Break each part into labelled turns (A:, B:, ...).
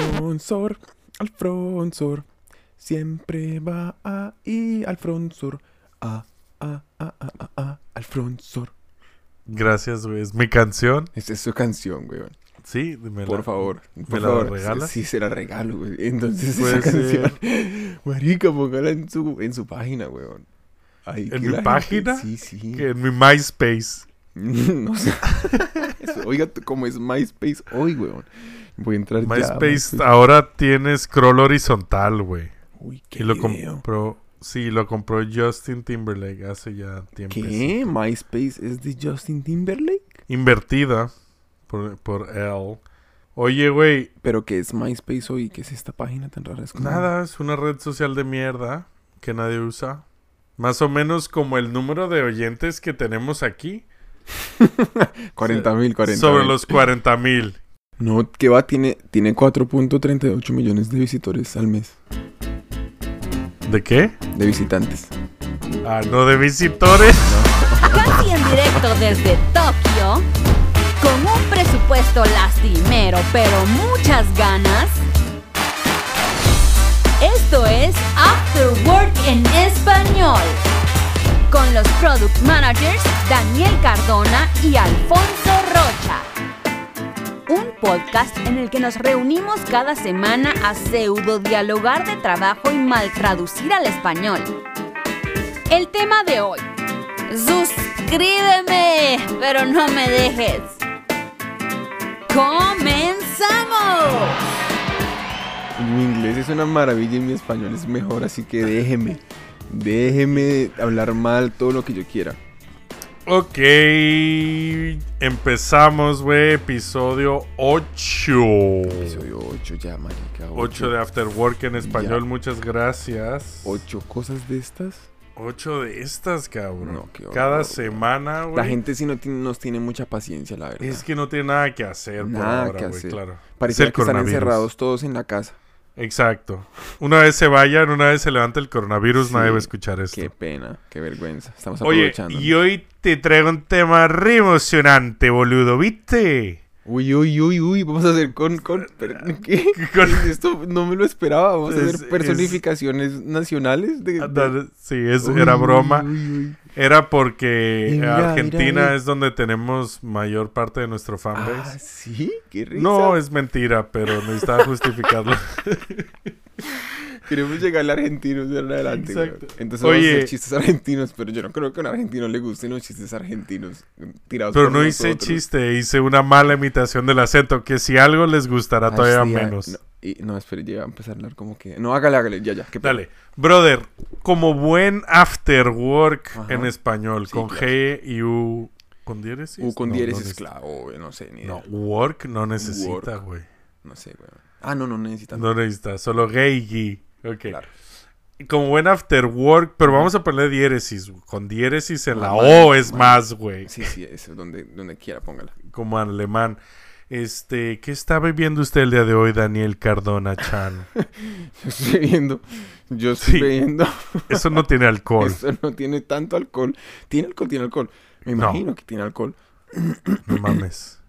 A: Alfronsor, Alfronsor, siempre va ahí, Alfronsor, ah, ah, ah, ah, ah, ah, Alfronsor.
B: Gracias, güey. Es mi canción.
A: Esa es su canción, güey.
B: Sí, me
A: Por
B: la-
A: favor, por
B: la
A: favor.
B: regalas? Pues,
A: Sí, se la regalo, güey. Entonces
B: Puede
A: esa
B: ser. eh,
A: canción, marica, póngala en su, en su página, güey. Ahí
B: ¿En
A: que
B: mi
A: la gente-
B: página?
A: Sí, sí.
B: que en mi MySpace.
A: No sé. Eso, Oiga, t- cómo es MySpace hoy, weón. Voy a entrar ya.
B: MySpace ahora tiene scroll horizontal, güey.
A: Uy, qué
B: Y lo
A: video.
B: compró. Sí, lo compró Justin Timberlake hace ya tiempo.
A: ¿Qué? ¿MySpace es de Justin Timberlake?
B: Invertida por, por L. Oye, güey,
A: ¿Pero qué es MySpace hoy? ¿Qué es esta página tan rara? Es como-
B: nada, es una red social de mierda que nadie usa. Más o menos como el número de oyentes que tenemos aquí.
A: 40 mil, 40
B: sobre los 40 mil.
A: No, ¿qué va? Tiene, tiene 4.38 millones de visitores al mes.
B: ¿De qué?
A: De visitantes.
B: Ah, no, de visitores.
C: Casi en directo desde Tokio, con un presupuesto lastimero pero muchas ganas. Esto es After Work en español, con los product managers Daniel Cardona y Alfonso Rocha. Un podcast en el que nos reunimos cada semana a pseudo dialogar de trabajo y mal traducir al español. El tema de hoy. Suscríbeme, pero no me dejes. ¡Comenzamos!
A: Mi inglés es una maravilla y mi español es mejor, así que déjeme. Déjeme hablar mal todo lo que yo quiera.
B: Ok, empezamos, güey, episodio 8.
A: Soy 8 ya, marica.
B: 8 de After Work en español, muchas gracias.
A: ocho cosas de estas.
B: 8 de estas, cabrón.
A: No, qué horror,
B: Cada
A: güey.
B: semana, güey.
A: La gente sí no tiene- nos tiene mucha paciencia, la verdad.
B: Es que no tiene nada que hacer por
A: Nada
B: ahora,
A: que
B: güey,
A: hacer.
B: claro. Es
A: Parece
B: el
A: que están
B: coronavirus.
A: encerrados todos en la casa.
B: Exacto. Una vez se vayan, una vez se levanta el coronavirus,
A: Sí,
B: nadie va a escuchar esto.
A: Qué pena, qué vergüenza. Estamos
B: Oye,
A: aprovechando.
B: y hoy te traigo un tema re emocionante, boludo, ¿viste?
A: Uy, uy, uy, uy, vamos a hacer con... con pero, ¿Qué?
B: Con-
A: Esto no me lo esperaba. Vamos a
B: Es-
A: hacer personificaciones nacionales de... de-
B: Sí, es, era
A: Uy,
B: broma.
A: uy, uy.
B: Era porque
A: Y mira,
B: Argentina
A: mira, mira.
B: es donde tenemos mayor parte de nuestro fanbase.
A: Ah, ¿sí? Qué risa.
B: no, es mentira, pero necesitaba justificarlo.
A: Queremos llegar al argentino de ahora en adelante. güey.
B: Exacto.
A: Entonces vamos a
B: Oye.
A: hacer chistes argentinos, pero yo no creo que a un argentino le gusten los chistes argentinos eh, tirados
B: pero
A: por
B: no hice
A: nosotros.
B: chiste, hice una mala imitación del acento, que si algo les gustará
A: Ah,
B: todavía
A: sí, ah,
B: menos.
A: No, y, no, espere, ya va a empezar a hablar como que... No, hágale, hágale, ya, ya. qué pena.
B: Dale, brother, como buen after work
A: Ajá.
B: en español,
A: Sí,
B: con
A: claro.
B: G y U con diéresis.
A: U con
B: No,
A: diéresis,
B: no neces-
A: claro, obvio, no sé, ni
B: No,
A: idea.
B: work no necesita,
A: Work.
B: güey.
A: No sé, güey. Ah, no, no necesitan.
B: No necesita, solo gay y G. Ok.
A: Claro.
B: Como buen after work, pero vamos a poner diéresis. güey. Con diéresis en la
A: Ah,
B: O
A: man,
B: es
A: man.
B: más, güey.
A: Sí, sí, es donde, donde quiera, póngala.
B: Como en alemán. Este, ¿qué está bebiendo usted el día de hoy, Daniel Cardona Chan?
A: Yo estoy viendo. Yo estoy
B: Sí.
A: viendo.
B: Eso no tiene alcohol.
A: Esto no tiene tanto alcohol. Tiene alcohol, tiene alcohol. Me
B: No.
A: imagino que tiene alcohol.
B: No mames.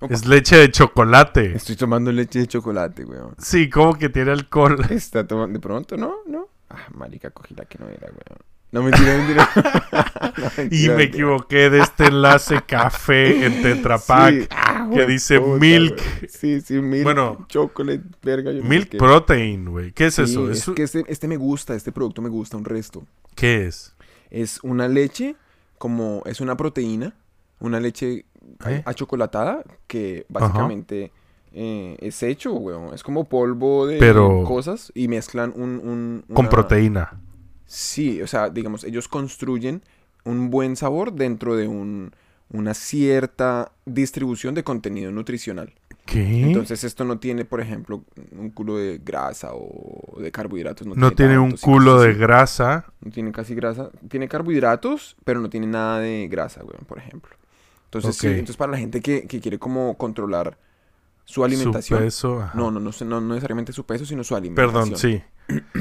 A: Opa.
B: Es leche de chocolate.
A: Estoy tomando leche de chocolate, weón.
B: Sí, como que tiene alcohol.
A: Está tomando. De pronto, ¿no? ¿No? Ah, marica, cogí la que no era, weón. No, mentira, mentira. No,
B: Y
A: mentira,
B: me
A: mentira.
B: equivoqué de este enlace café en Tetra Pak.
A: Sí. Ah,
B: que
A: güey,
B: dice
A: puta,
B: milk.
A: güey. Sí, sí, milk.
B: Bueno.
A: chocolate, verga. yo no sé
B: Milk
A: qué.
B: protein, güey. ¿Qué es
A: Sí,
B: eso?
A: Es
B: ¿Eso-
A: que este, este me gusta, este producto me gusta un resto.
B: ¿Qué es?
A: Es una leche, como es una proteína, una leche a-
B: ¿Eh?
A: achocolatada que
B: Ajá.
A: básicamente eh, es hecho, weón. Es como polvo de
B: Pero-
A: cosas y mezclan un... un-
B: Con
A: una-
B: proteína.
A: Sí, o sea, digamos, ellos construyen un buen sabor dentro de un- una cierta distribución de contenido nutricional.
B: ¿Qué?
A: Entonces esto no tiene, por ejemplo, un culo de grasa o de carbohidratos. No,
B: no tiene un
A: tantos y cosas
B: culo de
A: así.
B: grasa.
A: No tiene casi grasa. Tiene carbohidratos, pero no tiene nada de grasa, weón, por ejemplo. Entonces, sí,
B: Ok.
A: entonces para la gente que, que quiere como controlar su
B: Su
A: alimentación.
B: peso. ajá.
A: No, no, no, sé, no, no necesariamente su peso, sino su alimentación.
B: Perdón, sí.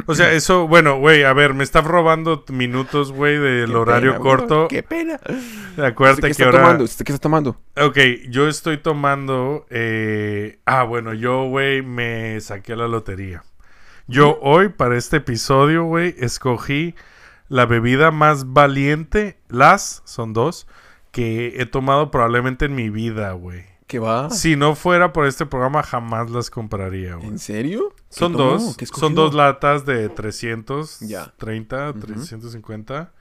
B: O sea, eso, bueno, güey, a ver, me estás robando minutos, güey, del
A: Qué
B: horario
A: pena, güey,
B: corto.
A: Qué pena. ¿Usted
B: Acuérdate
A: qué
B: que
A: está
B: ahora...
A: tomando? ¿Usted qué está tomando?
B: Ok, yo estoy tomando. eh, Ah, bueno, yo, güey, me saqué la lotería. Yo hoy, para este episodio, güey, escogí la bebida más valiente, las, son dos, que he tomado probablemente en mi vida, güey.
A: ¿Qué va?
B: Si no fuera por este programa, jamás las compraría, güey.
A: ¿En serio? ¿Qué
B: Son
A: tomó?
B: dos,
A: ¿Qué
B: son
A: escogió?
B: dos latas de 330,
A: Ya.
B: 350.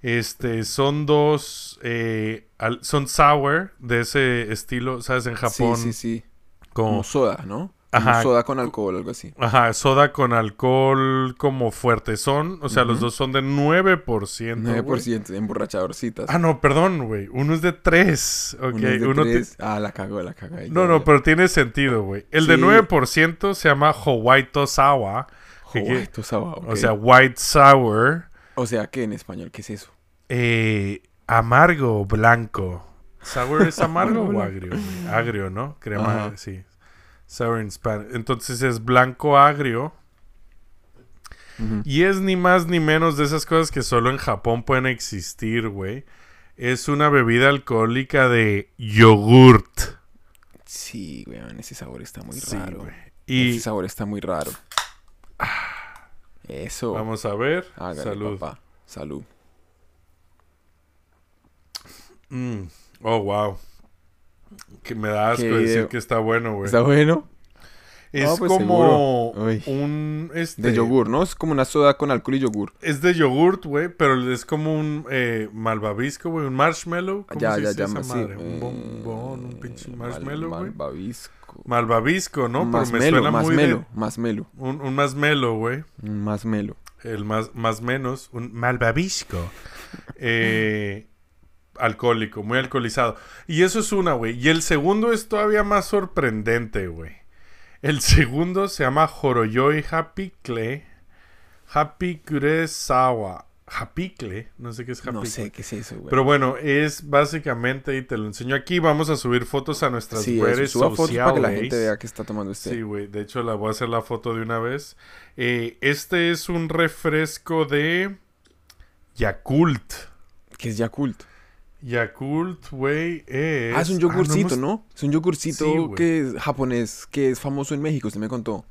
B: Este, son dos, eh, al- son sour de ese estilo, ¿sabes? En Japón,
A: Sí, sí, sí.
B: como,
A: Como soda, ¿no?
B: Ajá.
A: Como soda con alcohol, algo así.
B: ajá, soda con alcohol como fuerte. Son, o sea, los dos son de 9%. güey.
A: 9% de emborrachadorcitas.
B: Ah, no, perdón, güey. Uno es de 3, ok.
A: Uno es de
B: uno ti-
A: tres. Ah, la cagó, la cagó.
B: No, no, pero tiene sentido, güey. El de
A: Sí.
B: 9% se llama Hawaii Tosawa. que-
A: Joder, esto es agua,
B: O
A: ok.
B: sea, White Sour.
A: O sea, ¿qué en español? ¿Qué es eso?
B: Eh, amargo o blanco. Sour es
A: Amargo
B: amargo o
A: blanco.
B: agrio. güey? Agrio, ¿no? Crema,
A: Ajá.
B: sí. Sour in Spanish. Entonces es blanco agrio.
A: Ujú.
B: Y es ni más ni menos de esas cosas que solo en Japón pueden existir, güey. Es una bebida alcohólica de yogurt.
A: Sí, weón, ese sabor está muy
B: Sí,
A: raro.
B: güey. Y
A: Ese sabor está muy raro. Eso.
B: vamos a ver.
A: Hágale,
B: Salud.
A: papá. Salud.
B: Mm. Oh, wow. Que me da asco
A: Qué
B: decir
A: video.
B: que está bueno, güey.
A: ¿Está bueno?
B: Es
A: No, pues,
B: como
A: seguro. Uy.
B: un... Este,
A: De yogur, ¿no? Es como una soda con alcohol y yogur.
B: Es de yogurt, güey, pero es como un eh, malvavisco, güey, un marshmallow. ¿Cómo
A: ya,
B: se
A: ya,
B: dice
A: ya.
B: esa
A: sí,
B: madre?
A: eh,
B: Un bombón, un pinche
A: mal-
B: marshmallow, güey.
A: Malvavisco.
B: malvavisco, ¿no?
A: más
B: pero me
A: melo,
B: suena
A: más
B: muy de-
A: melo, más melo,
B: un, un marshmallow, güey.
A: más melo.
B: El más, más menos, un malvavisco. eh, alcohólico, muy alcoholizado. Y eso es una, güey. Y el segundo es todavía más sorprendente, güey. El segundo se llama Horoyoi Hapicle. Hapikure Sawa. Hapicle, no sé qué es Hapicle.
A: No sé qué es eso, güey.
B: Pero bueno, es básicamente, y te lo enseño aquí, vamos a subir fotos a nuestras
A: sí, eso,
B: redes
A: suba fotos para que la
B: sociales.
A: gente vea que está tomando este.
B: Sí, güey. De hecho, la voy a hacer la foto de una vez. Eh, este es un refresco de Yakult.
A: Que es Yakult.
B: Yakult, güey, es...
A: ah, es un
B: no hemos-
A: yogurcito, ¿no? Es un yogurcito
B: Sí, güey.
A: que es japonés, que es famoso en México, usted me contó.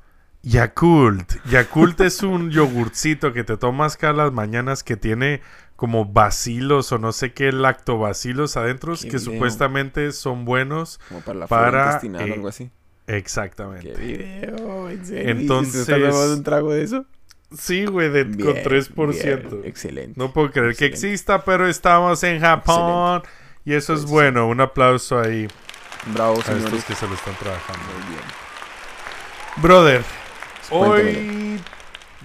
B: Yakult. Yakult es un yogurcito que te tomas cada las mañanas que tiene como bacilos o no sé qué lactobacilos adentro
A: Qué
B: que
A: video.
B: supuestamente son buenos.
A: Como para la
B: Para,
A: flora intestinal
B: eh,
A: o algo así.
B: Exactamente.
A: video, en
B: Entonces-
A: ¿Estás tomando un trago de eso?
B: Sí, güey, de- con
A: Bien,
B: 3%.
A: bien, excelente.
B: No puedo creer que
A: Excelente.
B: exista, pero estamos en Japón. Y eso es
A: Pues,
B: bueno. Un aplauso ahí
A: Bravo,
B: a estos
A: señores.
B: que se lo están trabajando.
A: Muy bien. Pues
B: Brother,
A: Cuéntamelo.
B: hoy.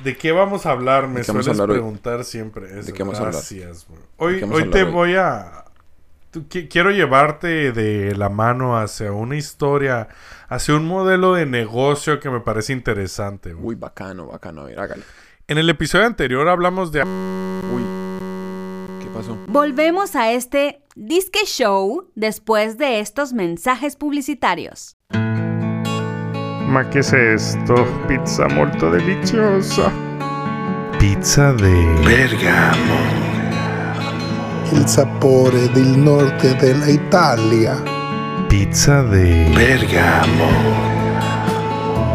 B: ¿De qué vamos a hablar? Me
A: qué vamos
B: sueles
A: a hablar hoy?
B: preguntar siempre. Eso,
A: qué vamos a hablar?
B: gracias, bro. Hoy,
A: qué vamos a
B: hoy
A: hablar
B: te
A: hoy?
B: voy a. tú- qui- Quiero llevarte de la mano hacia una historia, hacia un modelo de negocio que me parece interesante. güey.
A: Uy, bacano, bacano. A ver, hágale.
B: En el episodio anterior hablamos de
A: Uy. ¿Qué pasó?
C: Volvemos a este Disque Show después de estos mensajes publicitarios.
B: Ma che è esto? Pizza molto deliziosa. Pizza de...
D: Bergamo,
E: il sapore del nord dell'Italia,
B: Pizza de...
D: Bergamo,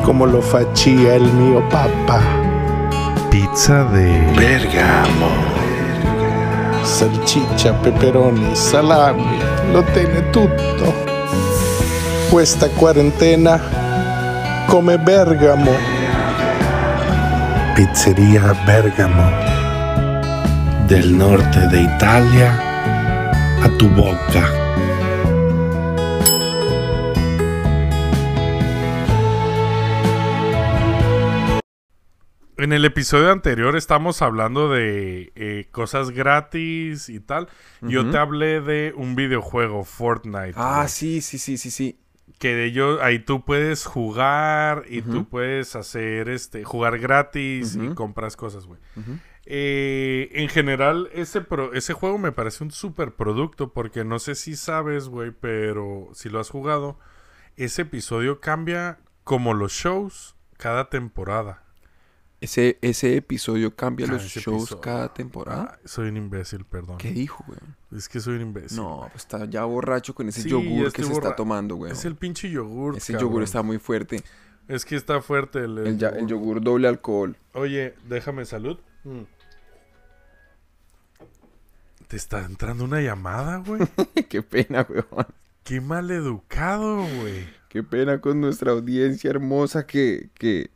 E: come lo faceva il mio papà.
B: Pizza de...
D: Bergamo,
E: Salsiccia, peperoni, salami, lo tiene tutto. Questa quarantena come Bergamo.
D: Pizzeria Bergamo. Del norte de Italia a tu boca.
B: En el episodio anterior estamos hablando de eh, cosas gratis y tal. Yo
A: Ujú.
B: te hablé de un videojuego, Fortnite.
A: Ah,
B: güey,
A: sí, sí, sí, sí, sí.
B: Que de ello, ahí tú puedes jugar y tú
A: Ujú.
B: puedes hacer este, jugar gratis y
A: Ujú.
B: compras cosas, güey.
A: Ujú.
B: Eh, en general, ese, pro- ese juego me parece un super producto porque no sé si sabes, güey, pero si lo has jugado, ese episodio cambia como los shows cada temporada.
A: Ese, ese episodio cambia
B: Ah,
A: los
B: ese
A: shows
B: episodio.
A: cada temporada.
B: Ay, soy un imbécil, perdón.
A: Ah. ¿Qué dijo, güey?
B: Es que soy un imbécil.
A: No, pues está ya borracho con ese
B: Sí,
A: yogur que
B: estoy
A: se
B: borra-
A: está tomando, güey.
B: Es el pinche yogur.
A: Ese
B: cabrón.
A: yogur está muy fuerte.
B: Es que está fuerte el, el
A: El, ya- el
B: yogur.
A: yogur doble alcohol.
B: Oye, déjame salud. Mm. Te está entrando una llamada, güey.
A: Qué pena, weón.
B: Qué mal educado, güey.
A: Qué pena con nuestra audiencia hermosa que... que...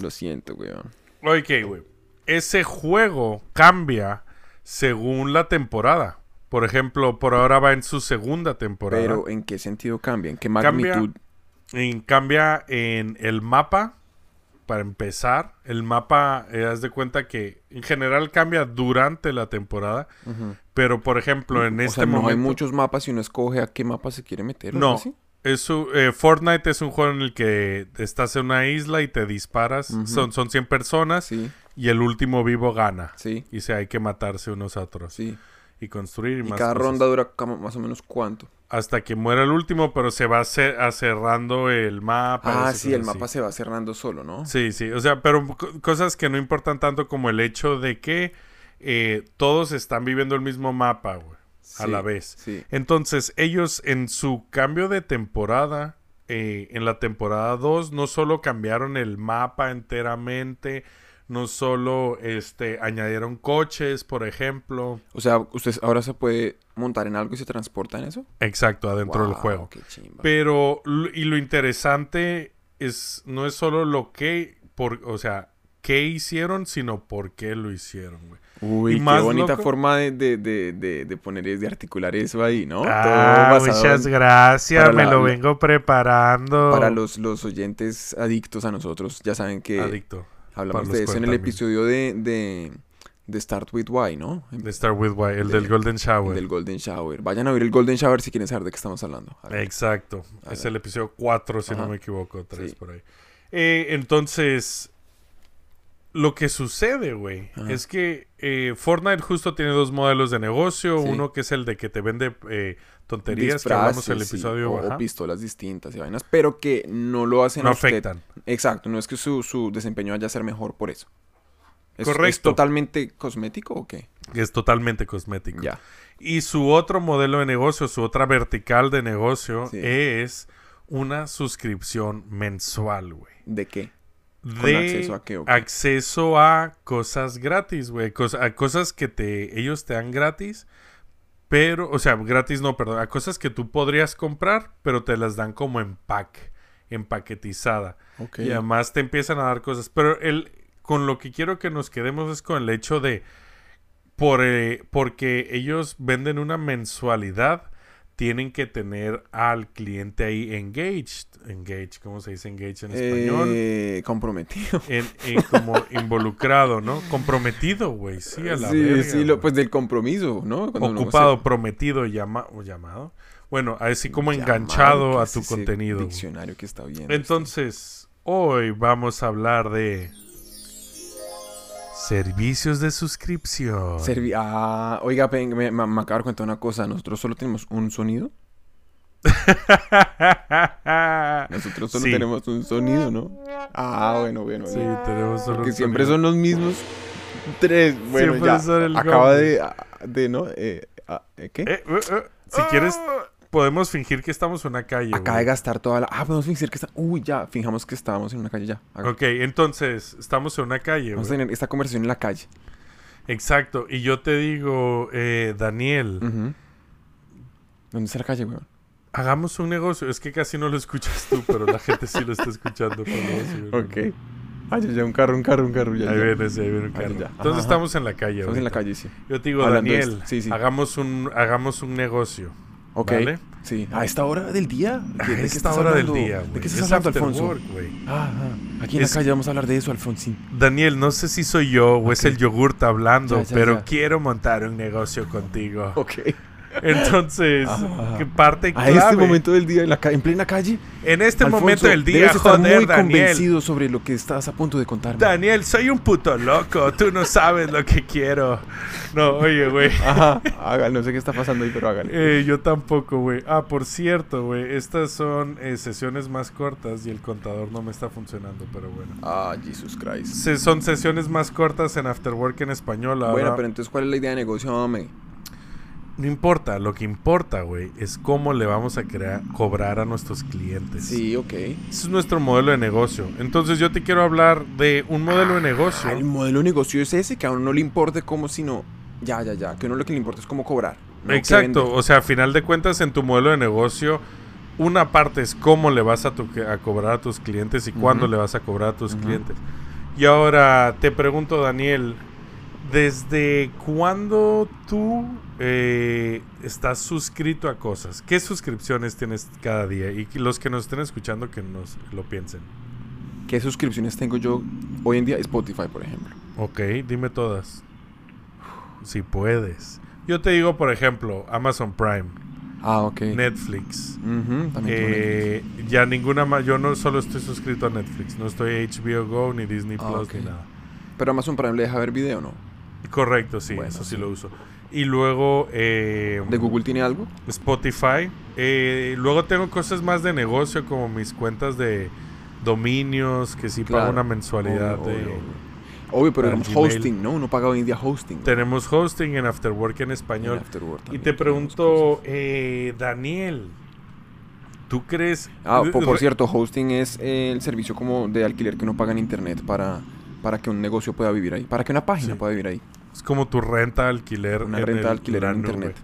A: Lo siento, weón.
B: Ok, güey. Ese juego cambia según la temporada. Por ejemplo, por ahora va en su segunda temporada.
A: Pero, ¿en qué sentido cambia? ¿En qué
B: Cambia-
A: magnitud?
B: En- cambia en el mapa, para empezar. El mapa, eh, haz de cuenta que en general cambia durante la temporada. Pero, por ejemplo, en
A: O
B: este
A: sea, no
B: momento...
A: hay muchos mapas y uno escoge a qué mapa se quiere meter. ¿o algo
B: No.
A: así?
B: Es un- eh, Fortnite es un juego en el que estás en una isla y te disparas. son, son 100 personas
A: Sí,
B: y el último vivo gana.
A: Sí.
B: Y se hay que matarse unos a otros.
A: sí.
B: Y construir y,
A: Y
B: más
A: cada
B: cosas.
A: ronda dura como- más o menos cuánto.
B: Hasta que muera el último, pero se va ce- a- cerrando el mapa.
A: Ah,
B: y
A: sí, el
B: cosas así.
A: mapa se va cerrando solo, ¿no?
B: Sí, sí, o sea, pero co- cosas que no importan tanto como el hecho de que eh, todos están viviendo el mismo mapa, güey, a
A: Sí,
B: la vez.
A: sí.
B: Entonces, ellos en su cambio de temporada, eh, en la temporada 2, no solo cambiaron el mapa enteramente, no solo este, añadieron coches, por ejemplo.
A: O sea, usted ahora se puede montar en algo y se transporta en eso.
B: Exacto, adentro del
A: Guau,
B: juego.
A: Qué chimba.
B: Pero, l- y lo interesante es, no es solo lo que, por, o sea, qué hicieron, sino por qué lo hicieron, güey.
A: Uy,
B: y
A: qué
B: más
A: bonita
B: loco-
A: forma de, de, de, de, de poner y de articular eso ahí, ¿no?
B: Ah,
A: Todo basado
B: muchas
A: en-
B: gracias,
A: para
B: me
A: la-
B: lo
A: la-
B: vengo preparando.
A: Para los, los oyentes adictos a nosotros, ya saben que
B: Adicto.
A: hablamos
B: para
A: de
B: los
A: eso en el
B: cuentamil.
A: episodio de, de, de Start With Why, ¿no?
B: De Star With Why, el del
A: de-
B: Golden Shower.
A: Del Golden Shower. Vayan a ver el Golden Shower si quieren saber de qué estamos hablando. A ver.
B: Exacto. Es el episodio 4, si no
A: Ajá.
B: me equivoco, 3
A: Sí.
B: por ahí. Eh, entonces, lo que sucede, güey,
A: Ajá.
B: es que eh, Fortnite justo tiene dos modelos de negocio.
A: Sí.
B: Uno que es el de que te vende eh, tonterías, que hablamos en el
A: Disfraces, sí,
B: episodio.
A: o, o
B: ajá.
A: pistolas distintas y vainas, pero que no lo hacen
B: No
A: a usted-
B: afectan.
A: Exacto, no es que su, su desempeño vaya a ser mejor por eso. ¿Es, es
B: Correcto.
A: totalmente cosmético o qué?
B: que es totalmente cosmético.
A: Ya.
B: Y su otro modelo de negocio, su otra vertical de negocio,
A: Sí.
B: es una suscripción mensual, güey.
A: ¿De qué?
B: de
A: acceso a qué, o qué?
B: acceso a cosas gratis, güey, cos- a cosas que te ellos te dan gratis, pero o sea, gratis no, perdón, a cosas que tú podrías comprar, pero te las dan como en pack, empaquetizada.
A: Ok.
B: Y además te empiezan a dar cosas, pero el con lo que quiero que nos quedemos es con el hecho de por, eh, porque ellos venden una mensualidad, tienen que tener al cliente ahí engaged, engaged, ¿cómo se dice engaged en español?
A: Eh, comprometido.
B: en, en como involucrado, ¿no? Comprometido, güey. Sí, a la
A: sí,
B: verga,
A: sí, lo-
B: güey.
A: pues del compromiso, ¿no? Cuando uno
B: Ocupado,
A: se-
B: prometido, llama o llamado. Bueno, así como
A: llamado,
B: enganchado
A: ¿qué
B: a
A: es
B: tu
A: ese
B: contenido. güey.
A: Diccionario que está viendo.
B: Entonces, hoy vamos a hablar de servicios de suscripción.
A: Servi- ah, oiga, ven, me, me- me acabo de contar una cosa. Nosotros solo tenemos un sonido. Nosotros solo
B: Sí.
A: tenemos un sonido, ¿no? Ah, bueno, bueno.
B: sí,
A: bueno.
B: tenemos solo
A: Porque
B: un
A: siempre
B: sonido.
A: son los mismos tres. Bueno,
B: Siempre
A: ya.
B: son el
A: Acaba
B: gong.
A: de, de, ¿no? Eh, ah, eh, ¿Qué?
B: Eh, eh, eh, Si quieres, podemos fingir que estamos en una calle.
A: Acaba
B: güey.
A: de gastar toda la. Ah, podemos fingir que está. Uy, ya. Fijamos que estábamos en una calle ya. Haga-
B: Ok, entonces, estamos en una calle.
A: Vamos
B: güey.
A: a tener esta conversación en la calle.
B: Exacto, y yo te digo, eh, Daniel,
A: Ujú. ¿Dónde está la calle, weón?
B: hagamos un negocio. Es que casi no lo escuchas tú, pero la gente sí lo está escuchando. por negocio, güey.
A: Ok. Ah, ya, ya, un carro, un carro, un carro. Ya,
B: Ahí
A: ya.
B: vienes, ahí viene un
A: Ahí
B: carro.
A: ya.
B: Entonces
A: Ajá,
B: estamos en la calle.
A: Estamos en la
B: ahorita.
A: calle, sí.
B: Yo te digo,
A: Hablando de
B: Daniel,
A: esto. Sí, sí.
B: Hagamos, un, hagamos un negocio.
A: Ok.
B: ¿Vale?
A: Sí. A esta hora del día. ¿De-
B: A
A: de qué
B: esta
A: estás
B: hora del
A: hablando?
B: día, güey.
A: ¿De qué
B: Es
A: estás hablando,
B: after
A: Alfonso?
B: work, güey.
A: Ah, ah, aquí en
B: Es-
A: la calle vamos a hablar de eso, Alfonsín.
B: Daniel, no sé si soy yo o es el yogurta hablando,
A: Ya, ya,
B: pero
A: ya.
B: quiero montar un negocio contigo.
A: Ok. Ah,
B: Entonces, que parte
A: A
B: clave.
A: este momento del día, en, la ca- en plena calle.
B: en este
A: Alfonso,
B: momento del día,
A: debes estar
B: joder,
A: muy
B: Daniel.
A: convencido sobre lo que estás a punto de contarme.
B: Daniel, soy un puto loco. Tú no sabes lo que quiero. No, oye, güey.
A: Ajá, hágale, no sé qué está pasando ahí, pero hágale.
B: Eh, yo tampoco, güey. Ah, por cierto, güey. Estas son eh, sesiones más cortas y el contador no me está funcionando, pero bueno.
A: Ah, Jesus Christ.
B: Se- son sesiones más cortas en After Work en español. Ahora,
A: Bueno, pero entonces, ¿cuál es la idea de negocio, hombre?
B: No importa, lo que importa, güey, es cómo le vamos a crear, cobrar a nuestros clientes.
A: Sí, ok.
B: Ese es nuestro modelo de negocio. Entonces yo te quiero hablar de un modelo de negocio.
A: Ah, el modelo de negocio es ese, que a uno no le importe cómo, sino. Ya, ya, ya. Que a uno lo que le importa es cómo cobrar. no qué
B: Exacto,
A: vender.
B: o sea, a final de cuentas en tu modelo de negocio, una parte es cómo le vas a, tu- a cobrar a tus clientes y cuándo le vas a cobrar a tus clientes. Y ahora te pregunto, Daniel, ¿desde cuándo tú eh, estás suscrito a cosas? ¿Qué suscripciones tienes cada día? Y que los que nos estén escuchando que nos lo piensen.
A: ¿Qué suscripciones tengo yo hoy en día? Spotify, por ejemplo.
B: Ok, dime todas. Si puedes. Yo te digo, por ejemplo, Amazon Prime,
A: Ah, ok.
B: Netflix.
A: Ujú, también tengo Netflix.
B: Eh, ya ninguna más. Yo no solo estoy suscrito a Netflix. No estoy a HBO Go, ni Disney
A: Ah,
B: Plus,
A: ok.
B: ni nada.
A: Pero Amazon Prime le deja ver video, ¿no?
B: Correcto, sí,
A: Bueno,
B: eso sí
A: sí.
B: lo uso. Y luego eh,
A: ¿De Google tiene algo?
B: Spotify. Eh, luego tengo cosas más de negocio, como mis cuentas de dominios, que sí
A: Claro.
B: pago una mensualidad.
A: Obvio,
B: de-
A: obvio, obvio. Obvio, pero
B: para
A: digamos
B: Gmail.
A: hosting, ¿no? Uno paga hoy en día hosting. ¿no?
B: Tenemos hosting en Afterwork en
A: En
B: español.
A: Afterwork
B: Y
A: también
B: te
A: tenemos
B: pregunto,
A: cosas.
B: eh, Daniel, ¿tú crees...
A: Ah, po- por,
B: re-
A: cierto, hosting es eh, el servicio como de alquiler que uno paga en internet para, para que un negocio pueda vivir ahí, para que una página
B: Sí.
A: pueda vivir ahí.
B: Es como tu renta alquiler.
A: Una
B: en
A: renta
B: el- pues.
A: de alquiler
B: la
A: en
B: nube.
A: internet.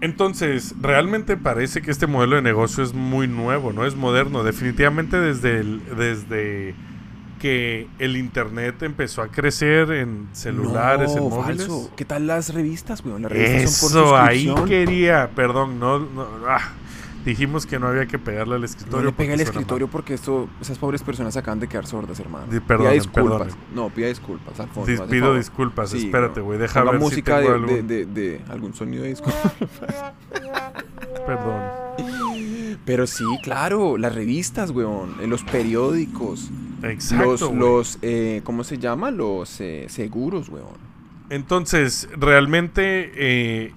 B: Entonces, realmente parece que este modelo de negocio es muy nuevo, ¿no? Es moderno. Definitivamente desde, el- desde que el internet empezó a crecer en celulares, en
A: No,
B: móviles.
A: falso. ¿Qué tal las revistas, weón? Las revistas son
B: Eso,
A: por
B: ahí
A: suscripción.
B: quería. Perdón, no... no, ah, dijimos que no había que pegarle al escritorio.
A: No le pega
B: porque
A: el
B: suena mal.
A: escritorio porque esto, esas pobres personas acaban de quedar sordas, hermano.
B: Di-
A: pida
B: perdonen,
A: disculpas.
B: perdonen.
A: No, pida disculpas, Alfonso.
B: Dis-
A: hace
B: pido
A: favor.
B: disculpas,
A: Sí,
B: espérate,
A: no.
B: güey. Deja
A: Ponga
B: ver si
A: música
B: tengo
A: de,
B: algún...
A: de- de- de algún sonido de disco.
B: Perdón.
A: Pero sí, claro, las revistas, weón, eh, los periódicos,
B: Exacto,
A: los,
B: güey.
A: los eh, ¿cómo se llama? Los eh, seguros, weón.
B: Entonces, realmente eh,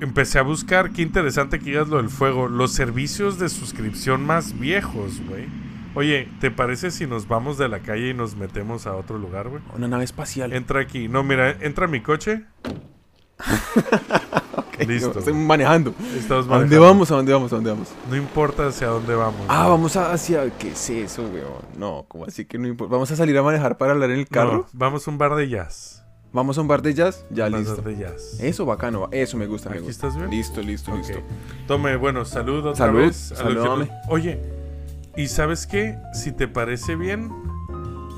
B: empecé a buscar, qué interesante que digas lo del fuego, los servicios de suscripción más viejos, güey. Oye, ¿te parece si nos vamos de la calle y nos metemos a otro lugar, güey?
A: Una nave espacial.
B: Entra aquí. No, mira, entra a mi coche. Listo.
A: Estoy manejando.
B: Estamos
A: ¿A dónde
B: manejando.
A: vamos? ¿A dónde vamos? ¿A dónde vamos?
B: No importa hacia dónde vamos.
A: Ah,
B: güey.
A: vamos a- hacia... ¿Qué es eso, weón? No, ¿cómo así que no importa? ¿Vamos a salir a manejar para hablar en el
B: No,
A: carro?
B: vamos a un bar de jazz.
A: ¿Vamos a un bar de jazz? Ya,
B: Un bar
A: listo. Eh,
B: de jazz.
A: Eso, bacano. Eso me gusta, me
B: ¿Aquí
A: gusta.
B: estás bien?
A: Listo, listo,
B: Ok.
A: listo.
B: Tome, bueno, salud otra
A: Salud,
B: vez. a los que
A: salúdame.
B: nos- Oye, ¿y sabes qué? Si te parece bien,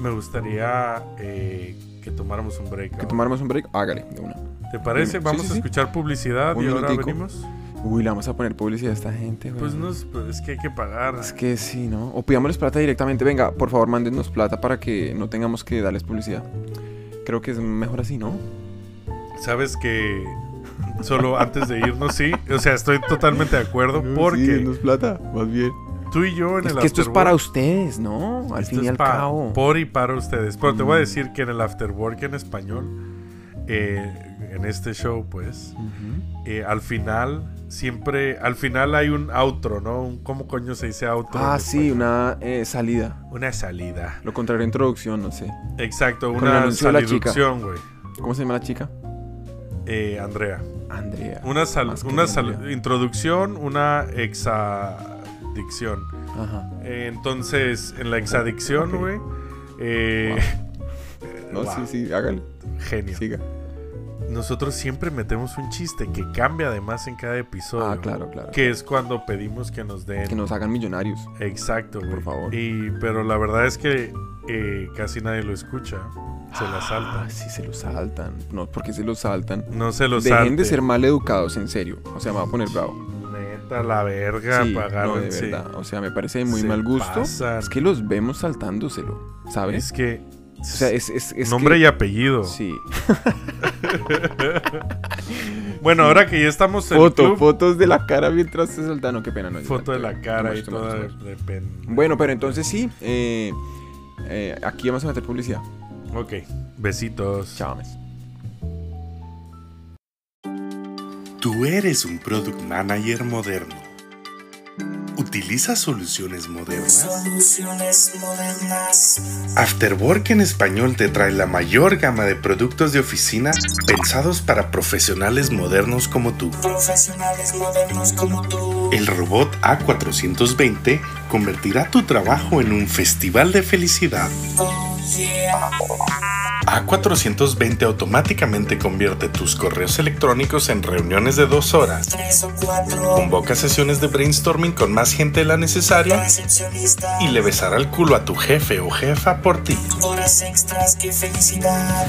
B: me gustaría eh, que tomáramos un break.
A: ¿Que
B: ahora.
A: tomáramos un break? Hágale, de una.
B: ¿Te
A: Sí,
B: parece? Vamos
A: sí,
B: a
A: sí.
B: escuchar publicidad
A: Un
B: y ahora
A: minutico.
B: venimos.
A: Uy, le vamos a poner publicidad a esta gente, weón.
B: Pues no, es pues es que hay que pagar.
A: Es que sí, ¿no? O pidámosles plata directamente. Venga, por favor, mándenos plata para que no tengamos que darles publicidad. Creo que es mejor así, ¿no?
B: Sabes que solo antes de irnos, sí. O sea, estoy totalmente de acuerdo porque
A: plata, más bien.
B: tú y yo en
A: Es
B: el
A: que esto es
B: afterwork-
A: para ustedes, ¿no? Al
B: Esto
A: fin y
B: es
A: al
B: pa-
A: cabo. Mm.
B: Por y para ustedes. Pero te voy a decir que en el after work en español, eh, en este show, pues,
A: Ujú.
B: eh, al final, siempre, al final hay un outro, ¿no? Un- ¿Cómo coño se dice outro?
A: Ah,
B: en
A: sí,
B: español?
A: una eh, salida.
B: Una salida.
A: Lo contrario, introducción, no sé.
B: Exacto,
A: Con el
B: una
A: anuncio de la
B: saliducción, güey.
A: ¿Cómo se llama la chica?
B: Eh, Andrea.
A: Andrea.
B: Una, sal-
A: Más que
B: una
A: bien,
B: sal-
A: Andrea.
B: introducción, una exadicción.
A: Ajá.
B: Eh, entonces, en la exadicción,
A: Ok.
B: güey. eh,
A: No,
B: Wow.
A: sí, sí, hágale.
B: Genio.
A: Siga.
B: Nosotros siempre metemos un chiste que cambia además en cada episodio.
A: Ah, claro, claro.
B: Que es cuando pedimos que nos den.
A: Que nos hagan millonarios.
B: Exacto, güey.
A: Por favor.
B: Y, pero la verdad es que eh, casi nadie lo escucha. Se la
A: Ah,
B: salta.
A: sí, se los saltan. No, ¿por qué se los saltan?
B: No se lo
A: Dejen
B: salta.
A: de ser mal educados, en serio. O sea, me va a poner bravo.
B: Neta, la verga,
A: Sí,
B: pagar.
A: no, de verdad. O sea, me parece de muy mal gusto. Es que los vemos saltándoselo, ¿sabes?
B: Es que.
A: o sea, es, es, es
B: nombre
A: que-
B: y apellido.
A: Sí.
B: Bueno, ahora que ya estamos en
A: Foto,
B: club,
A: fotos de la cara mientras te saltan. No, qué pena. No, yo
B: foto de
A: tanto-
B: la cara
A: no,
B: y
A: esto me
B: toda
A: gusta
B: de,
A: más.
B: de pen-
A: Bueno, pero entonces sí. eh, eh, aquí vamos a meter publicidad.
B: Ok, besitos.
A: Chao, mes.
D: Tú eres un product manager moderno. ¿Utilizas soluciones modernas? Soluciones modernas. Afterwork en español te trae la mayor gama de productos de oficina pensados para profesionales modernos como tú.
F: profesionales modernos como tú.
D: El robot A420 convertirá tu trabajo en un festival de felicidad.
F: Oh yeah,
D: A420 automáticamente convierte tus correos electrónicos en reuniones de dos horas
F: tres o cuatro.
D: Convoca sesiones de brainstorming con más gente de la necesaria
F: Recepcionista.
D: y le besará el culo a tu jefe o jefa por ti.
F: Horas extras, qué felicidad.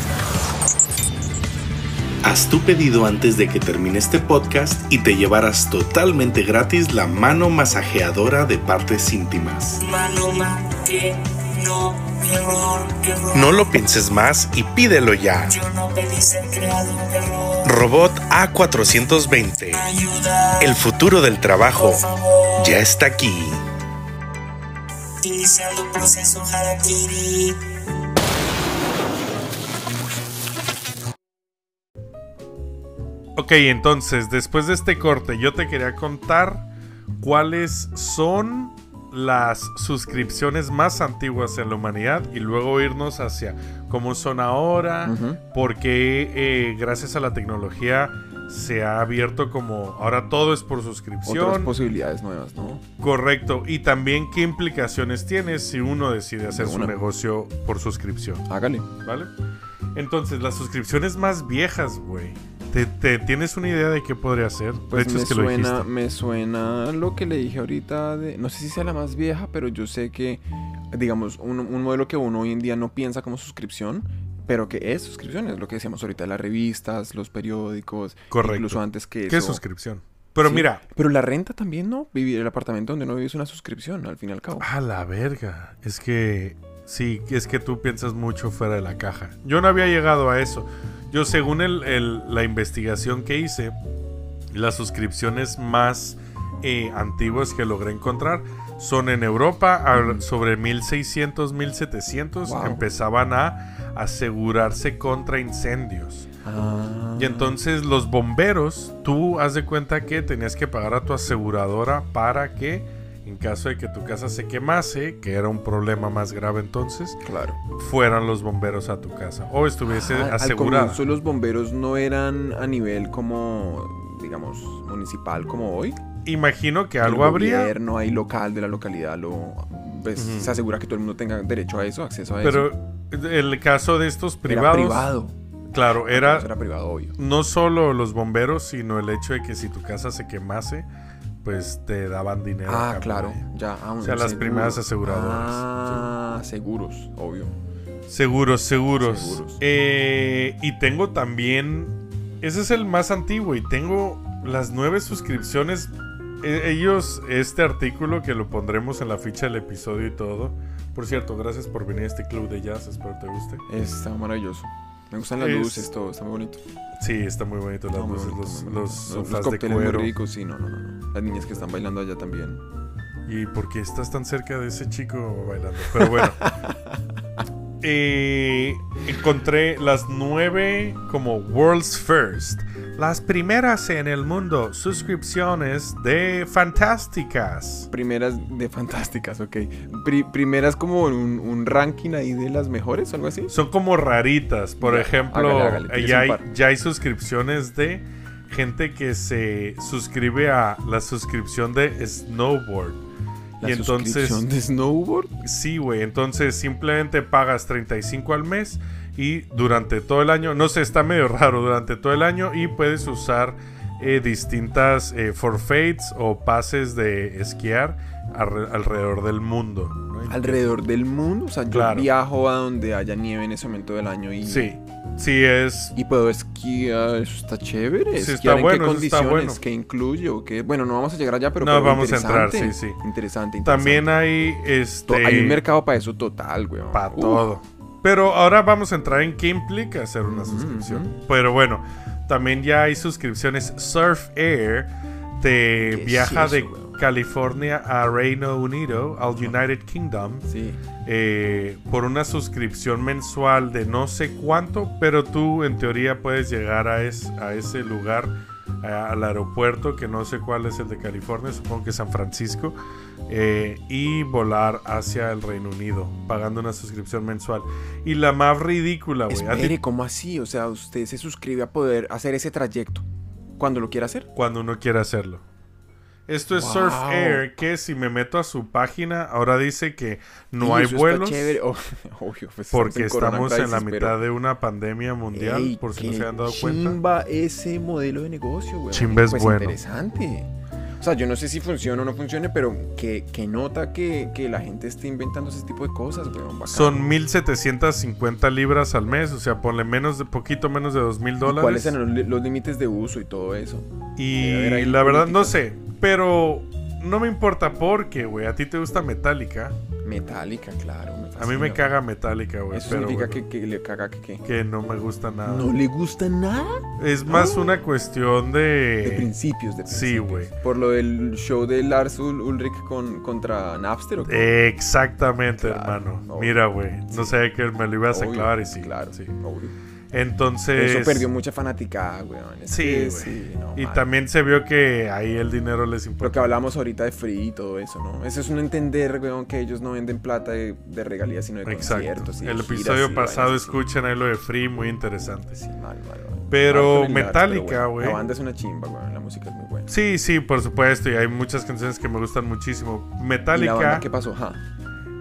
D: Haz tu pedido antes de que termine este podcast y te llevarás totalmente gratis la mano masajeadora de partes íntimas.
F: Manoma, que no, error, error.
D: No lo pienses más y pídelo ya.
F: Yo no pedí ser creado, error.
D: Robot A420.
F: Ayuda,
D: El futuro del trabajo
F: por favor.
D: ya está aquí.
F: Iniciando proceso Harakiri.
B: Ok, entonces, después de este corte, yo te quería contar cuáles son las suscripciones más antiguas en la humanidad y luego irnos hacia cómo son ahora,
A: Ujú.
B: porque eh, gracias a la tecnología se ha abierto como ahora todo es por
A: Otras
B: suscripción.
A: posibilidades nuevas, ¿no?
B: Correcto. Y también qué implicaciones tiene si uno decide hacer
A: De
B: su
A: una.
B: negocio por suscripción.
A: Hágale.
B: ¿Vale? Entonces, las suscripciones más viejas, güey. ¿Te, te- tienes una idea de qué podría ser?
A: Pues
B: de hecho,
A: me,
B: es que lo
A: suena,
B: dijiste.
A: me suena lo que le dije ahorita. De, no sé si sea la más vieja, pero yo sé que, digamos, un, un modelo que uno hoy en día no piensa como suscripción, pero que es suscripción, es lo que decíamos ahorita, las revistas, los periódicos,
B: Correcto.
A: incluso antes que
B: ¿Qué
A: eso.
B: suscripción? Pero
A: Sí,
B: mira,
A: Pero la renta también, ¿no? Vivir el apartamento donde uno vive es una suscripción, al fin y al cabo.
B: a la verga. Es que. Sí, es que tú piensas mucho fuera de la caja. Yo no había llegado a eso. Yo, según el- el- la investigación que hice, las suscripciones más eh, antiguas que logré encontrar son en Europa, a- sobre 1600, 1700,
A: Wow.
B: empezaban a asegurarse contra incendios.
A: Ah.
B: Y entonces los bomberos, tú haz de cuenta que tenías que pagar a tu aseguradora para que, en caso de que tu casa se quemase, que era un problema más grave entonces,
A: Claro.
B: fueran los bomberos a tu casa o estuviese
A: Ah, al
B: asegurada.
A: comienzo los bomberos no eran a nivel como, digamos, municipal como hoy.
B: Imagino que algo
A: el
B: habría.
A: gobierno, hay local de la localidad, lo, pues, se asegura que todo el mundo tenga derecho a eso, acceso a
B: Pero
A: eso.
B: el caso de estos
A: Era
B: privados,
A: privado.
B: claro,
A: Era,
B: era
A: era privado, obvio.
B: no solo los bomberos, sino el hecho de que si tu casa se quemase, pues te daban dinero. a
A: Ah,
B: cambio
A: claro,
B: de ello.
A: ya. ah, un
B: sea, las
A: seguro.
B: primeras aseguradoras.
A: Ah, seguros, obvio.
B: Seguros, seguros.
A: Seguros.
B: Eh, y tengo también, ese es el más antiguo, y tengo las nueve suscripciones. E- ellos, este artículo que lo pondremos en la ficha del episodio y todo. Por cierto, gracias por venir a este club de jazz, espero te guste.
A: Está maravilloso. Me gustan las
B: Es-
A: luces, todo, está muy bonito.
B: Sí, está muy bonito las
A: Está muy
B: luces,
A: bonito,
B: los,
A: muy
B: los,
A: bonito.
B: sofás de
A: cócteles muy
B: cuero.
A: ricos, sí, no, no, no, no. Las niñas que están bailando allá también.
B: ¿Y por qué estás tan cerca de ese chico bailando? Pero bueno. Eh, encontré las nueve como World's First. Las primeras en el mundo. Suscripciones de Fantásticas.
A: Primeras de fantásticas, ok. Pri- primeras como un, un ranking ahí de las mejores o algo así.
B: Son como raritas. Por
A: Ya,
B: ejemplo, eh,
A: hágale, hágale, tírese
B: ya,
A: un
B: hay,
A: par.
B: ya hay suscripciones de gente que se suscribe a la suscripción de Snowboard.
A: La
B: y entonces
A: suscripción de snowboard.
B: Sí, güey. Entonces simplemente pagas 35 al mes y durante todo el año, no sé, está medio raro, durante todo el año y puedes usar eh, distintas eh, forfeits o pases de esquiar arre- alrededor del mundo. ¿no?
A: Alrededor del mundo, o sea, yo
B: Claro.
A: viajo a donde haya nieve en ese momento del año y,
B: Sí, sí es...
A: y puedo esquiar, eso está chévere.
B: Sí, está
A: esquiar en
B: bueno,
A: qué
B: eso está
A: condiciones,
B: bueno.
A: qué incluye o qué. Bueno, no vamos a llegar allá, pero,
B: No,
A: pero
B: vamos a entrar,
A: interesante,
B: sí, sí.
A: Interesante, interesante.
B: También hay
A: To-
B: este...
A: hay un mercado para eso total, güey.
B: Para
A: Mm,
B: todo. Pero ahora vamos a entrar en qué implica hacer una suscripción. Pero bueno, También ya hay suscripciones. Surf Air te
A: ¿Qué es
B: viaja
A: eso,
B: de
A: weón?
B: California a Reino Unido, al United Kingdom,
A: Sí.
B: eh, por una suscripción mensual de no sé cuánto, pero tú en teoría puedes llegar a, es- a ese lugar, a- al aeropuerto, que no sé cuál es el de California, supongo que San Francisco, eh, y volar hacia el Reino Unido, pagando una suscripción mensual. Y la más ridícula, güey. a ti-
A: Espere, ¿cómo así? O sea, usted se suscribe a poder hacer ese trayecto cuando lo quiera hacer.
B: cuando uno quiere hacerlo. Esto es
A: Wow.
B: Surf Air, que si me meto a su página, ahora dice que no
A: Y
B: hay
A: eso está
B: vuelos
A: chévere. Oh, obvio, pues,
B: porque
A: corona
B: estamos en
A: crisis,
B: la
A: pero-
B: mitad de una pandemia mundial,
A: Ey,
B: por si no
A: qué
B: se han dado cuenta.
A: Chimba ese modelo de negocio, güey.
B: Chimba es
A: pues
B: bueno.
A: interesante. O sea, yo no sé si funciona o no funcione, pero que, que nota que, que la gente esté inventando ese tipo de cosas, güey. bacán.
B: Son 1750 libras al mes, o sea, ponle menos de poquito menos de 2000
A: ¿Y ¿Cuáles
B: dólares.
A: son los li- los límites de uso y todo eso?
B: Y
A: Debe haber ahí
B: la verdad no
A: políticas.
B: sé, pero no me importa porque, güey, a ti te gusta Metallica.
A: Metálica, claro. me
B: A mí
A: fascina,
B: me
A: güey.
B: caga Metallica, güey,
A: Eso
B: pero
A: significa
B: bueno,
A: que, que le caga que, que-
B: que no me gusta nada.
A: no le gusta nada.
B: Es más una cuestión
A: De
B: de.
A: principios, de
B: Eh, Sí,
A: principios.
B: güey.
A: Por lo del show de Lars Ul- Ulrich con, contra Napster o
B: Eh,
A: qué?
B: Exactamente,
A: Claro,
B: hermano.
A: no.
B: Mira, güey. No sé que me lo ibas a
A: Obvio,
B: clavar y sí.
A: Claro,
B: sí.
A: obvio.
B: Entonces.
A: Eso perdió mucha fanaticada, weón. Es
B: Sí,
A: que
B: güey.
A: no,
B: y
A: man.
B: también se vio que ahí el dinero les
A: Lo que
B: importa.
A: hablamos ahorita de Free y todo eso, ¿no? Eso es un entender, weón, que ellos no venden plata de, de regalías, sino de
B: Exacto.
A: conciertos. y de
B: El
A: giras y
B: episodio
A: de
B: pasado,
A: vainas así.
B: escuchen ahí lo de Free, muy interesante.
A: Sí, mal, mal, mal.
B: Pero
A: Mal con el Lars, pero
B: Metallica,
A: bueno,
B: güey.
A: La banda es una chimba, weón. La música es muy buena.
B: Sí, sí, por supuesto. Y hay muchas canciones que me gustan muchísimo.
A: ¿Y la banda
B: Metallica
A: qué pasó? Ja.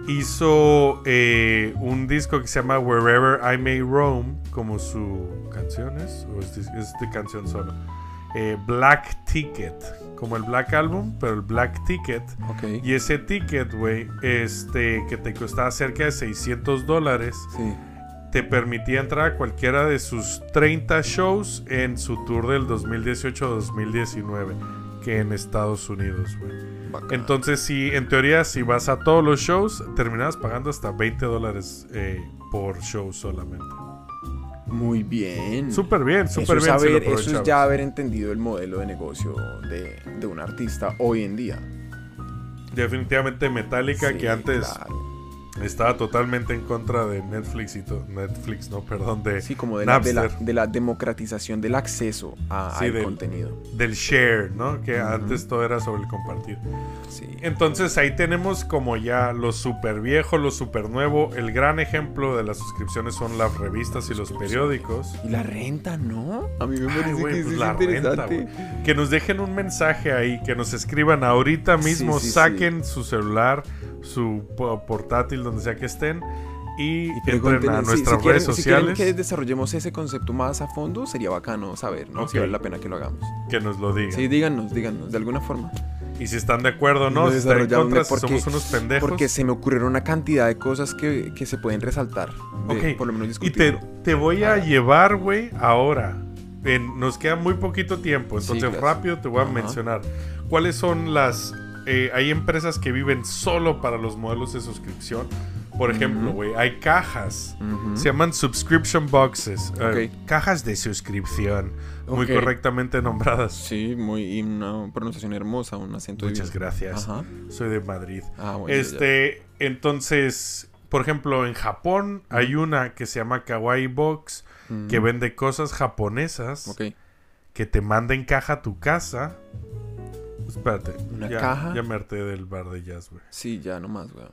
B: hizo eh, un disco que se llama Wherever I May Roam, como su canción es, o es, dis- es de canción solo. Eh, Black Ticket, como el Black Album, pero el Black Ticket.
A: Ok.
B: Y ese ticket, güey, este, que te costaba cerca de 600 dólares,
A: Sí.
B: te permitía entrar a cualquiera de sus 30 shows en su tour del 2018-2019, que en Estados Unidos, güey.
A: bacán.
B: Entonces, si en teoría, si vas a todos los shows, terminabas pagando hasta 20 dólares eh, por show solamente.
A: Muy bien.
B: Súper bien,
A: Mm. Eso
B: súper
A: es,
B: bien. si lo
A: saber, eso es
B: aprovechabas.
A: ya haber entendido el modelo de negocio de, de un artista hoy en día.
B: Definitivamente Metallica,
A: Sí,
B: que antes
A: claro.
B: estaba totalmente en contra de Netflix y todo. Netflix, no, perdón, de
A: Sí, como de la, de la-
B: Napster.
A: de la democratización del acceso a,
B: Sí,
A: al
B: del-
A: contenido.
B: del share, ¿no? Que antes todo era sobre el compartir.
A: Sí.
B: Entonces ahí tenemos como ya lo super viejo, lo super nuevo. El gran ejemplo de las suscripciones son las revistas y los periódicos.
A: Y la renta, ¿no? A mí me
B: Ay,
A: parece
B: güey,
A: que eso
B: pues
A: es
B: la renta,
A: interesante.
B: güey. Que nos dejen un mensaje ahí, que nos escriban ahorita
A: Sí,
B: mismo,
A: sí, sí.
B: saquen su celular, su po- portátil, donde sea que estén, y, entren a
A: Pregúntenle,
B: nuestras
A: si- si
B: redes
A: quieren- Si quieren
B: sociales
A: que desarrollemos ese concepto más a fondo, sería bacano saber, ¿no? Si
B: Ok.
A: vale la pena que lo hagamos.
B: que nos lo digan.
A: Sí, díganos, díganos, de alguna forma.
B: Y si están de acuerdo o no,
A: Lo
B: si están en
A: desarrollamos
B: contra, si
A: porque-
B: somos unos pendejos.
A: Porque se me ocurrieron una cantidad de cosas que, que se pueden resaltar. de,
B: Ok,
A: Por lo menos
B: y te,
A: discutirlo.
B: te voy a
A: Ah.
B: llevar, güey, ahora. En- nos queda muy poquito tiempo,
A: Sí,
B: entonces
A: claro.
B: rápido te voy a
A: Ajá.
B: mencionar. ¿Cuáles son las... eh, hay empresas que viven solo para los modelos de suscripción. Por ejemplo, güey, hay cajas.
A: Ujú.
B: Se llaman subscription boxes. eh,
A: Ok.
B: cajas de suscripción. Muy
A: Ok.
B: correctamente nombradas.
A: Sí, muy, y una pronunciación hermosa, un acento
B: Muchas
A: divino.
B: gracias.
A: Ajá.
B: Soy de Madrid.
A: Ah, bueno, ya,
B: este, entonces, por ejemplo, en Japón hay una que se llama Kawaii Box
A: Mm.
B: que vende cosas japonesas
A: Ok.
B: que te manda en caja a tu casa. Pues, Espérate,
A: ¿Una
B: ya,
A: caja?
B: ya me harté del bar de jazz, güey.
A: Sí, ya nomás, weón.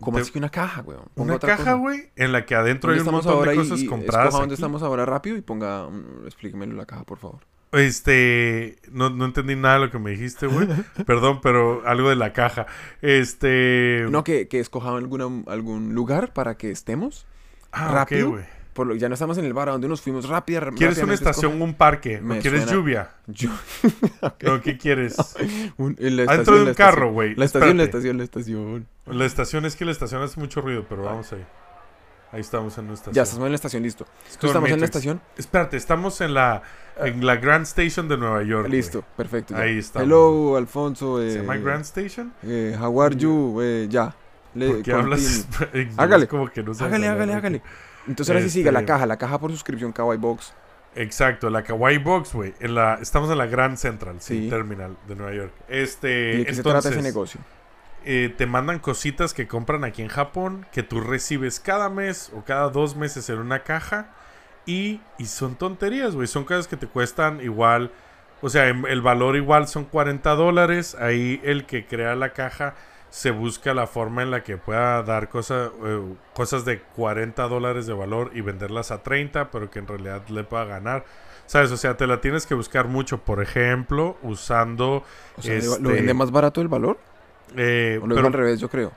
A: ¿Cómo
B: Te-
A: así que una caja, weón? Ponga
B: Una
A: otra
B: caja,
A: cosa.
B: güey, en la que adentro
A: ¿Dónde
B: hay un
A: estamos
B: montón
A: ahora
B: de
A: y,
B: cosas
A: y
B: compradas.
A: escoja dónde
B: aquí.
A: estamos ahora rápido y ponga, mm, explíquemelo la caja, por favor.
B: Este, no, no entendí nada de lo que me dijiste, güey. Perdón, pero algo de la caja. Este,
A: No, que, que escoja alguna, algún lugar para que estemos
B: ah, ok,
A: rápido.
B: güey.
A: por lo, ya no estamos en el bar, a donde nos fuimos rápida. r-
B: ¿Quieres una
A: rápidamente
B: estación,
A: escoja-
B: un parque? ¿No
A: Me
B: quieres
A: suena-
B: lluvia?
A: Yo... Ok.
B: No, ¿qué quieres?
A: Un- en la
B: Adentro
A: estación,
B: de un
A: la
B: carro,
A: estación.
B: güey.
A: La estación, la
B: Espérate.
A: estación, la estación.
B: La estación es que la estación hace mucho ruido, pero vamos ahí. Ahí estamos en nuestra
A: Ya,
B: estación.
A: estamos en la estación, listo.
B: Storm
A: ¿Tú estamos en la
B: Matrix.
A: estación? Ah.
B: Espérate, estamos en la en la Grand Station de Nueva York. güey.
A: Listo, perfecto. ya.
B: Ahí estamos.
A: Hello, Alfonso. Eh,
B: ¿Se llama Grand Station?
A: eh, how are you? Eh, ya. Le-
B: Porque
A: continue.
B: hablas en inglés
A: Hágale.
B: como que no sabes
A: Hágale,
B: hablar,
A: hágale,
B: güey.
A: hágale. Entonces ahora sí
B: Este-
A: siga la caja, la caja por suscripción Kawaii Box.
B: Exacto, la Kawaii Box, güey. En la- Estamos en la Grand Central, sí,
A: Sí.
B: Terminal de Nueva York.
A: ¿Y
B: Este,
A: de qué se trata
B: entonces,
A: ese negocio?
B: eh, te mandan cositas que compran aquí en Japón, que tú recibes cada mes o cada dos meses en una caja. Y, y son tonterías, güey. Son cosas que te cuestan igual. O sea, em- el valor igual son 40 dólares. Ahí el que crea la caja se busca la forma en la que pueda dar cosa- eh, cosas de 40 dólares de valor y venderlas a 30, pero que en realidad le pueda ganar. ¿Sabes? O sea, te la tienes que buscar mucho. Por ejemplo, usando.
A: O sea,
B: este,
A: ¿lo vende más barato el valor?
B: eh,
A: O lo
B: pero-
A: vende al revés, yo creo.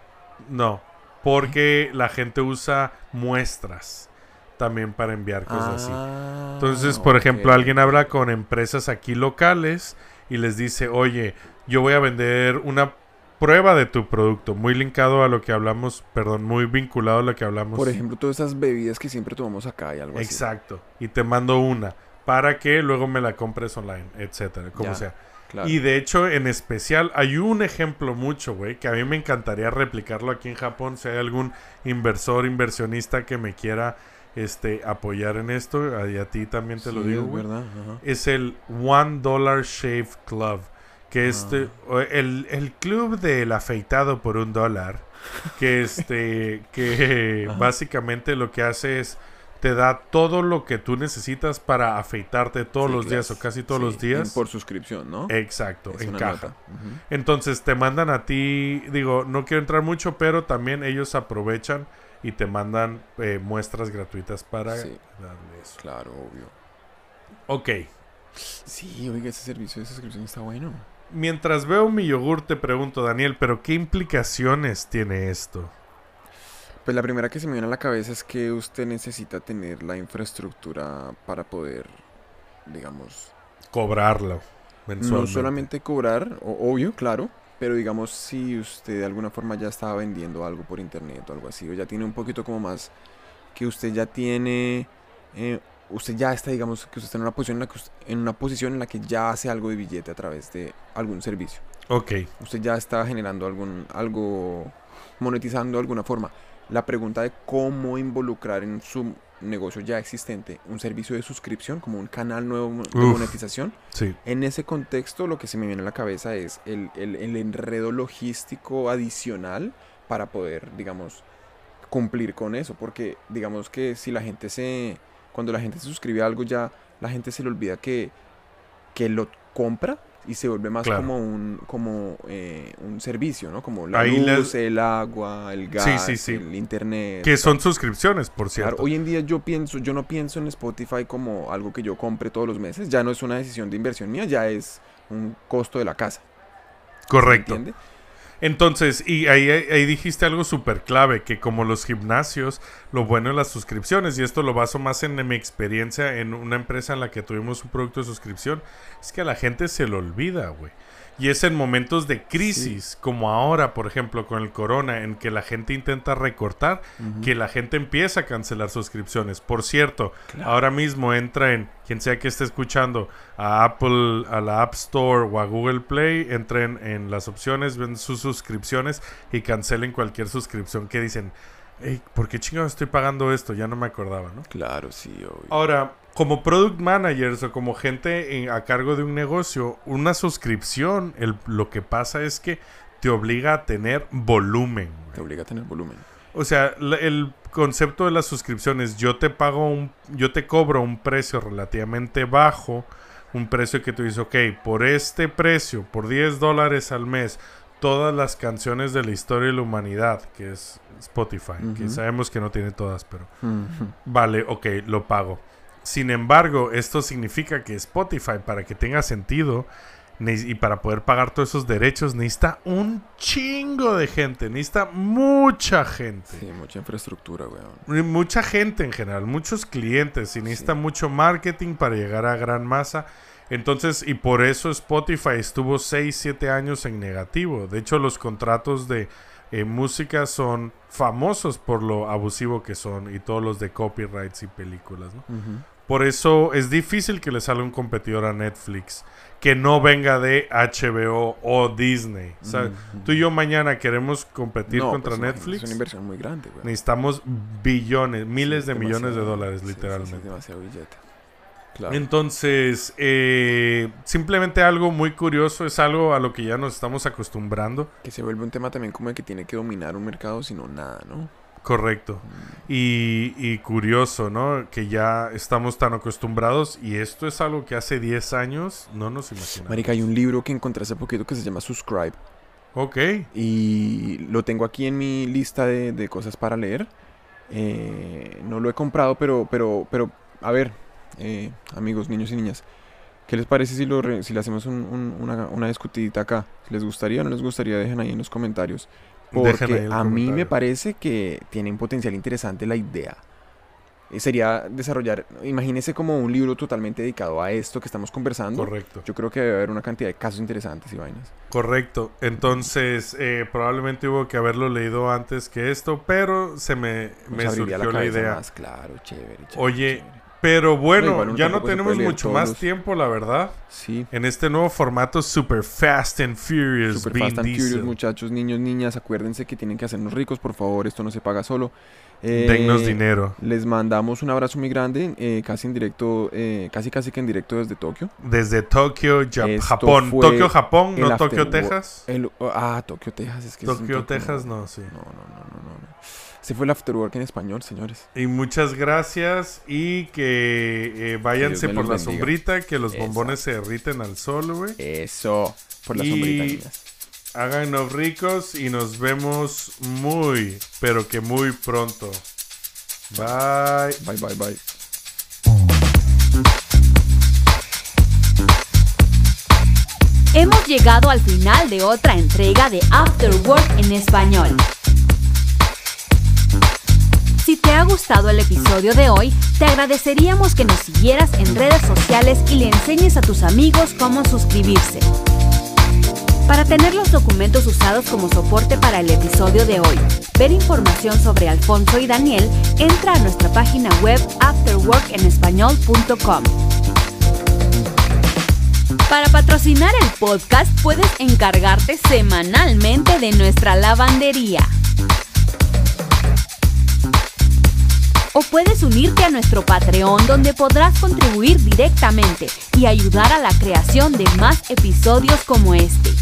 B: no, porque la gente usa muestras también para enviar cosas así.
A: Ah,
B: Entonces, por ejemplo,
A: ok.
B: alguien habla con empresas aquí locales y les dice, oye, yo voy a vender una prueba de tu producto, muy linkado a lo que hablamos, perdón, muy vinculado a lo que hablamos.
A: Por ejemplo, todas esas bebidas que siempre tomamos acá y algo así.
B: Exacto. Y te mando una para que luego me la compres online, etcétera, como
A: Ya,
B: sea.
A: Claro.
B: Y de hecho, en especial, hay un ejemplo mucho, güey, que a mí me encantaría replicarlo aquí en Japón. Si hay algún inversor, inversionista que me quiera este, apoyar en esto, a, y a ti también te lo
A: Sí,
B: digo,
A: es
B: güey.
A: verdad. ajá.
B: Es el One Dollar Shave Club. Que este,
A: Ah.
B: o el, el club del afeitado por un dólar. Que este, que básicamente lo que hace es te da todo lo que tú necesitas para afeitarte todos
A: Sí,
B: los
A: claro.
B: días o casi todos
A: Sí,
B: los días.
A: en- Por suscripción, ¿no?
B: Exacto,
A: Es
B: en
A: una
B: caja.
A: nota. Ujú.
B: Entonces te mandan a ti, digo, no quiero entrar mucho, pero también ellos aprovechan y te mandan eh, muestras gratuitas para
A: Sí.
B: darle eso.
A: Claro, obvio.
B: Ok,
A: Sí, oiga, ese servicio de suscripción está bueno.
B: mientras veo mi yogur te pregunto, Daniel, pero ¿qué implicaciones tiene esto?
A: Pues la primera que se me viene a la cabeza es que usted necesita tener la infraestructura para poder, digamos,
B: Cobrarlo
A: no
B: mensualmente.
A: solamente cobrar, o- obvio, claro, pero digamos si usted de alguna forma ya estaba vendiendo algo por internet o algo así, o ya tiene un poquito como más, que usted ya tiene, eh, usted ya está, digamos, que usted está en una posición en la que, us- en una posición en la que ya hace algo de billete a través de algún servicio
B: Ok,
A: usted ya está generando algún algo monetizando de alguna forma. La pregunta de cómo involucrar en su negocio ya existente un servicio de suscripción como un canal nuevo mo- de
B: Uf.
A: monetización.
B: sí.
A: En ese contexto lo que se me viene a la cabeza es el, el- el enredo logístico adicional para poder, digamos, cumplir con eso. Porque digamos que si la gente se... Cuando la gente se suscribe a algo ya, la gente se le olvida que, que lo compra y se vuelve más
B: Claro.
A: como un como eh, un servicio, ¿no? Como la
B: Ahí
A: luz,
B: les-
A: el agua, el gas,
B: sí, sí.
A: el internet.
B: Que son suscripciones, por
A: Claro,
B: cierto.
A: hoy en día yo pienso, yo no pienso en Spotify como algo que yo compre todos los meses, ya no es una decisión de inversión mía, ya es un costo de la casa. ¿me
B: Correcto.
A: ¿Entiende?
B: Entonces, y ahí, ahí dijiste algo súper clave, que como los gimnasios, lo bueno de las suscripciones, y esto lo baso más en mi experiencia en una empresa en la que tuvimos un producto de suscripción, es que a la gente se lo olvida, güey. Y es en momentos de crisis, como ahora, por ejemplo, con el corona, en que la gente intenta recortar, que la gente empieza a cancelar suscripciones. Por cierto, ahora mismo entra en, quien sea que esté escuchando, a Apple, a la App Store o a Google Play, entren en las opciones, ven sus suscripciones y cancelen cualquier suscripción que dicen, hey, ¿por qué chingados estoy pagando esto? Ya no me acordaba, ¿no?
A: Claro, sí, obvio.
B: Ahora, como product managers o como gente en- a cargo de un negocio, una suscripción, el- lo que pasa es que te obliga a tener volumen. güey.
A: Te obliga a tener volumen.
B: O sea, la- el concepto de las suscripciones, yo te pago un, yo te cobro un precio relativamente bajo, un precio que tú dices, ok, por este precio, por 10 dólares al mes, todas las canciones de la historia y la humanidad, que es Spotify, que
A: Ujú.
B: sabemos que no tiene todas, pero
A: Ujú.
B: Vale, ok, lo pago. Sin embargo, esto significa que Spotify, para que tenga sentido ne- y para poder pagar todos esos derechos, necesita un chingo de gente, necesita mucha gente.
A: Sí, mucha infraestructura, weón.
B: Mucha gente en general, muchos clientes y necesita mucho marketing para llegar a gran masa. Entonces, y por eso Spotify estuvo 6, 7 años en negativo. De hecho, los contratos de eh, música son famosos por lo abusivo que son y todos los de copyrights y películas. ¿no?
A: Ujú.
B: Por eso es difícil que le salga un competidor a Netflix que no venga de HBO o Disney. O sea, Tú y yo mañana queremos competir
A: No,
B: contra
A: pues, imagínate,
B: Netflix.
A: Es una inversión muy grande, weón.
B: Necesitamos billones, miles
A: Sí,
B: de millones de
A: demasiado-
B: dólares,
A: sí, sí, sí,
B: literalmente.
A: demasiado billete. Claro.
B: Entonces, eh, simplemente algo muy curioso, es algo a lo que ya nos estamos acostumbrando.
A: Que se vuelve un tema también como de que tiene que dominar un mercado, sino nada, ¿no?
B: Correcto.
A: Mm.
B: Y, y curioso, ¿no? Que ya estamos tan acostumbrados y esto es algo que hace 10 años no nos imaginamos.
A: Marica, hay un libro que encontré hace poquito que se llama Subscribe.
B: Ok,
A: Y lo tengo aquí en mi lista de, de cosas para leer. Eh, no lo he comprado, pero, pero, pero, a ver, eh, amigos, niños y niñas, ¿qué les parece si, lo re- si le hacemos un- un- una, una discutidita acá? ¿Les gustaría o no les gustaría? Dejen ahí en los comentarios.
B: Dejen ahí
A: Porque
B: el
A: a mí me
B: comentario.
A: parece que tiene un potencial interesante la idea. Eh, Sería desarrollar, imagínense como un libro totalmente dedicado a esto que estamos conversando.
B: correcto.
A: Yo creo que debe haber una cantidad de casos interesantes y vainas.
B: Correcto. Entonces, eh, probablemente hubo que haberlo leído antes que esto, pero se me,
A: Nos
B: me
A: Pues abriría
B: surgió
A: la
B: la,
A: cabeza
B: idea.
A: más, claro, chévere, chévere,
B: Oye,
A: chévere.
B: pero
A: No,
B: bueno,
A: igual uno
B: ya no
A: tampoco se
B: tenemos
A: puede leer
B: mucho
A: todos
B: más
A: los-
B: tiempo, la verdad.
A: Sí.
B: En este nuevo formato Super Fast and Furious.
A: Super
B: Vin
A: Fast and Furious,
B: Diesel.
A: muchachos, niños, niñas, acuérdense que tienen que hacernos ricos, por favor, esto no se paga solo. Eh,
B: Dennos dinero.
A: Les mandamos un abrazo muy grande, eh, casi en directo, eh, casi casi que en directo desde Tokio.
B: Desde Tokio, Ja-
A: Esto
B: Japón.
A: fue
B: Tokio, Japón,
A: el
B: no Tokio,
A: Afterwork.
B: Texas.
A: El- ah, Tokio, Texas, es que es en
B: Tokio, Texas, no, sí.
A: No, no, no, no, no, no. Se fue el afterwork en español, señores.
B: Y muchas gracias y que eh, váyanse
A: me
B: por la
A: los bendiga.
B: sombrita, que los bombones se derriten al sol, güey.
A: Eso, por las
B: Y-
A: sombrita, niñas.
B: Háganos ricos y nos vemos muy, pero que muy pronto. Bye.
A: Bye, bye, bye.
C: Hemos llegado al final de otra entrega de After Work en español. Si te ha gustado el episodio de hoy, te agradeceríamos que nos siguieras en redes sociales y le enseñes a tus amigos cómo suscribirse. Para tener los documentos usados como soporte para el episodio de hoy, ver información sobre Alfonso y Daniel, entra a nuestra página web afterworkenespañol.com. Para patrocinar el podcast puedes encargarte semanalmente de nuestra lavandería. O puedes unirte a nuestro Patreon donde podrás contribuir directamente y ayudar a la creación de más episodios como este.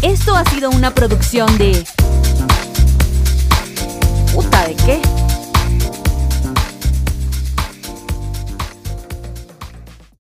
C: Esto ha sido una producción de... ¿Puta de qué?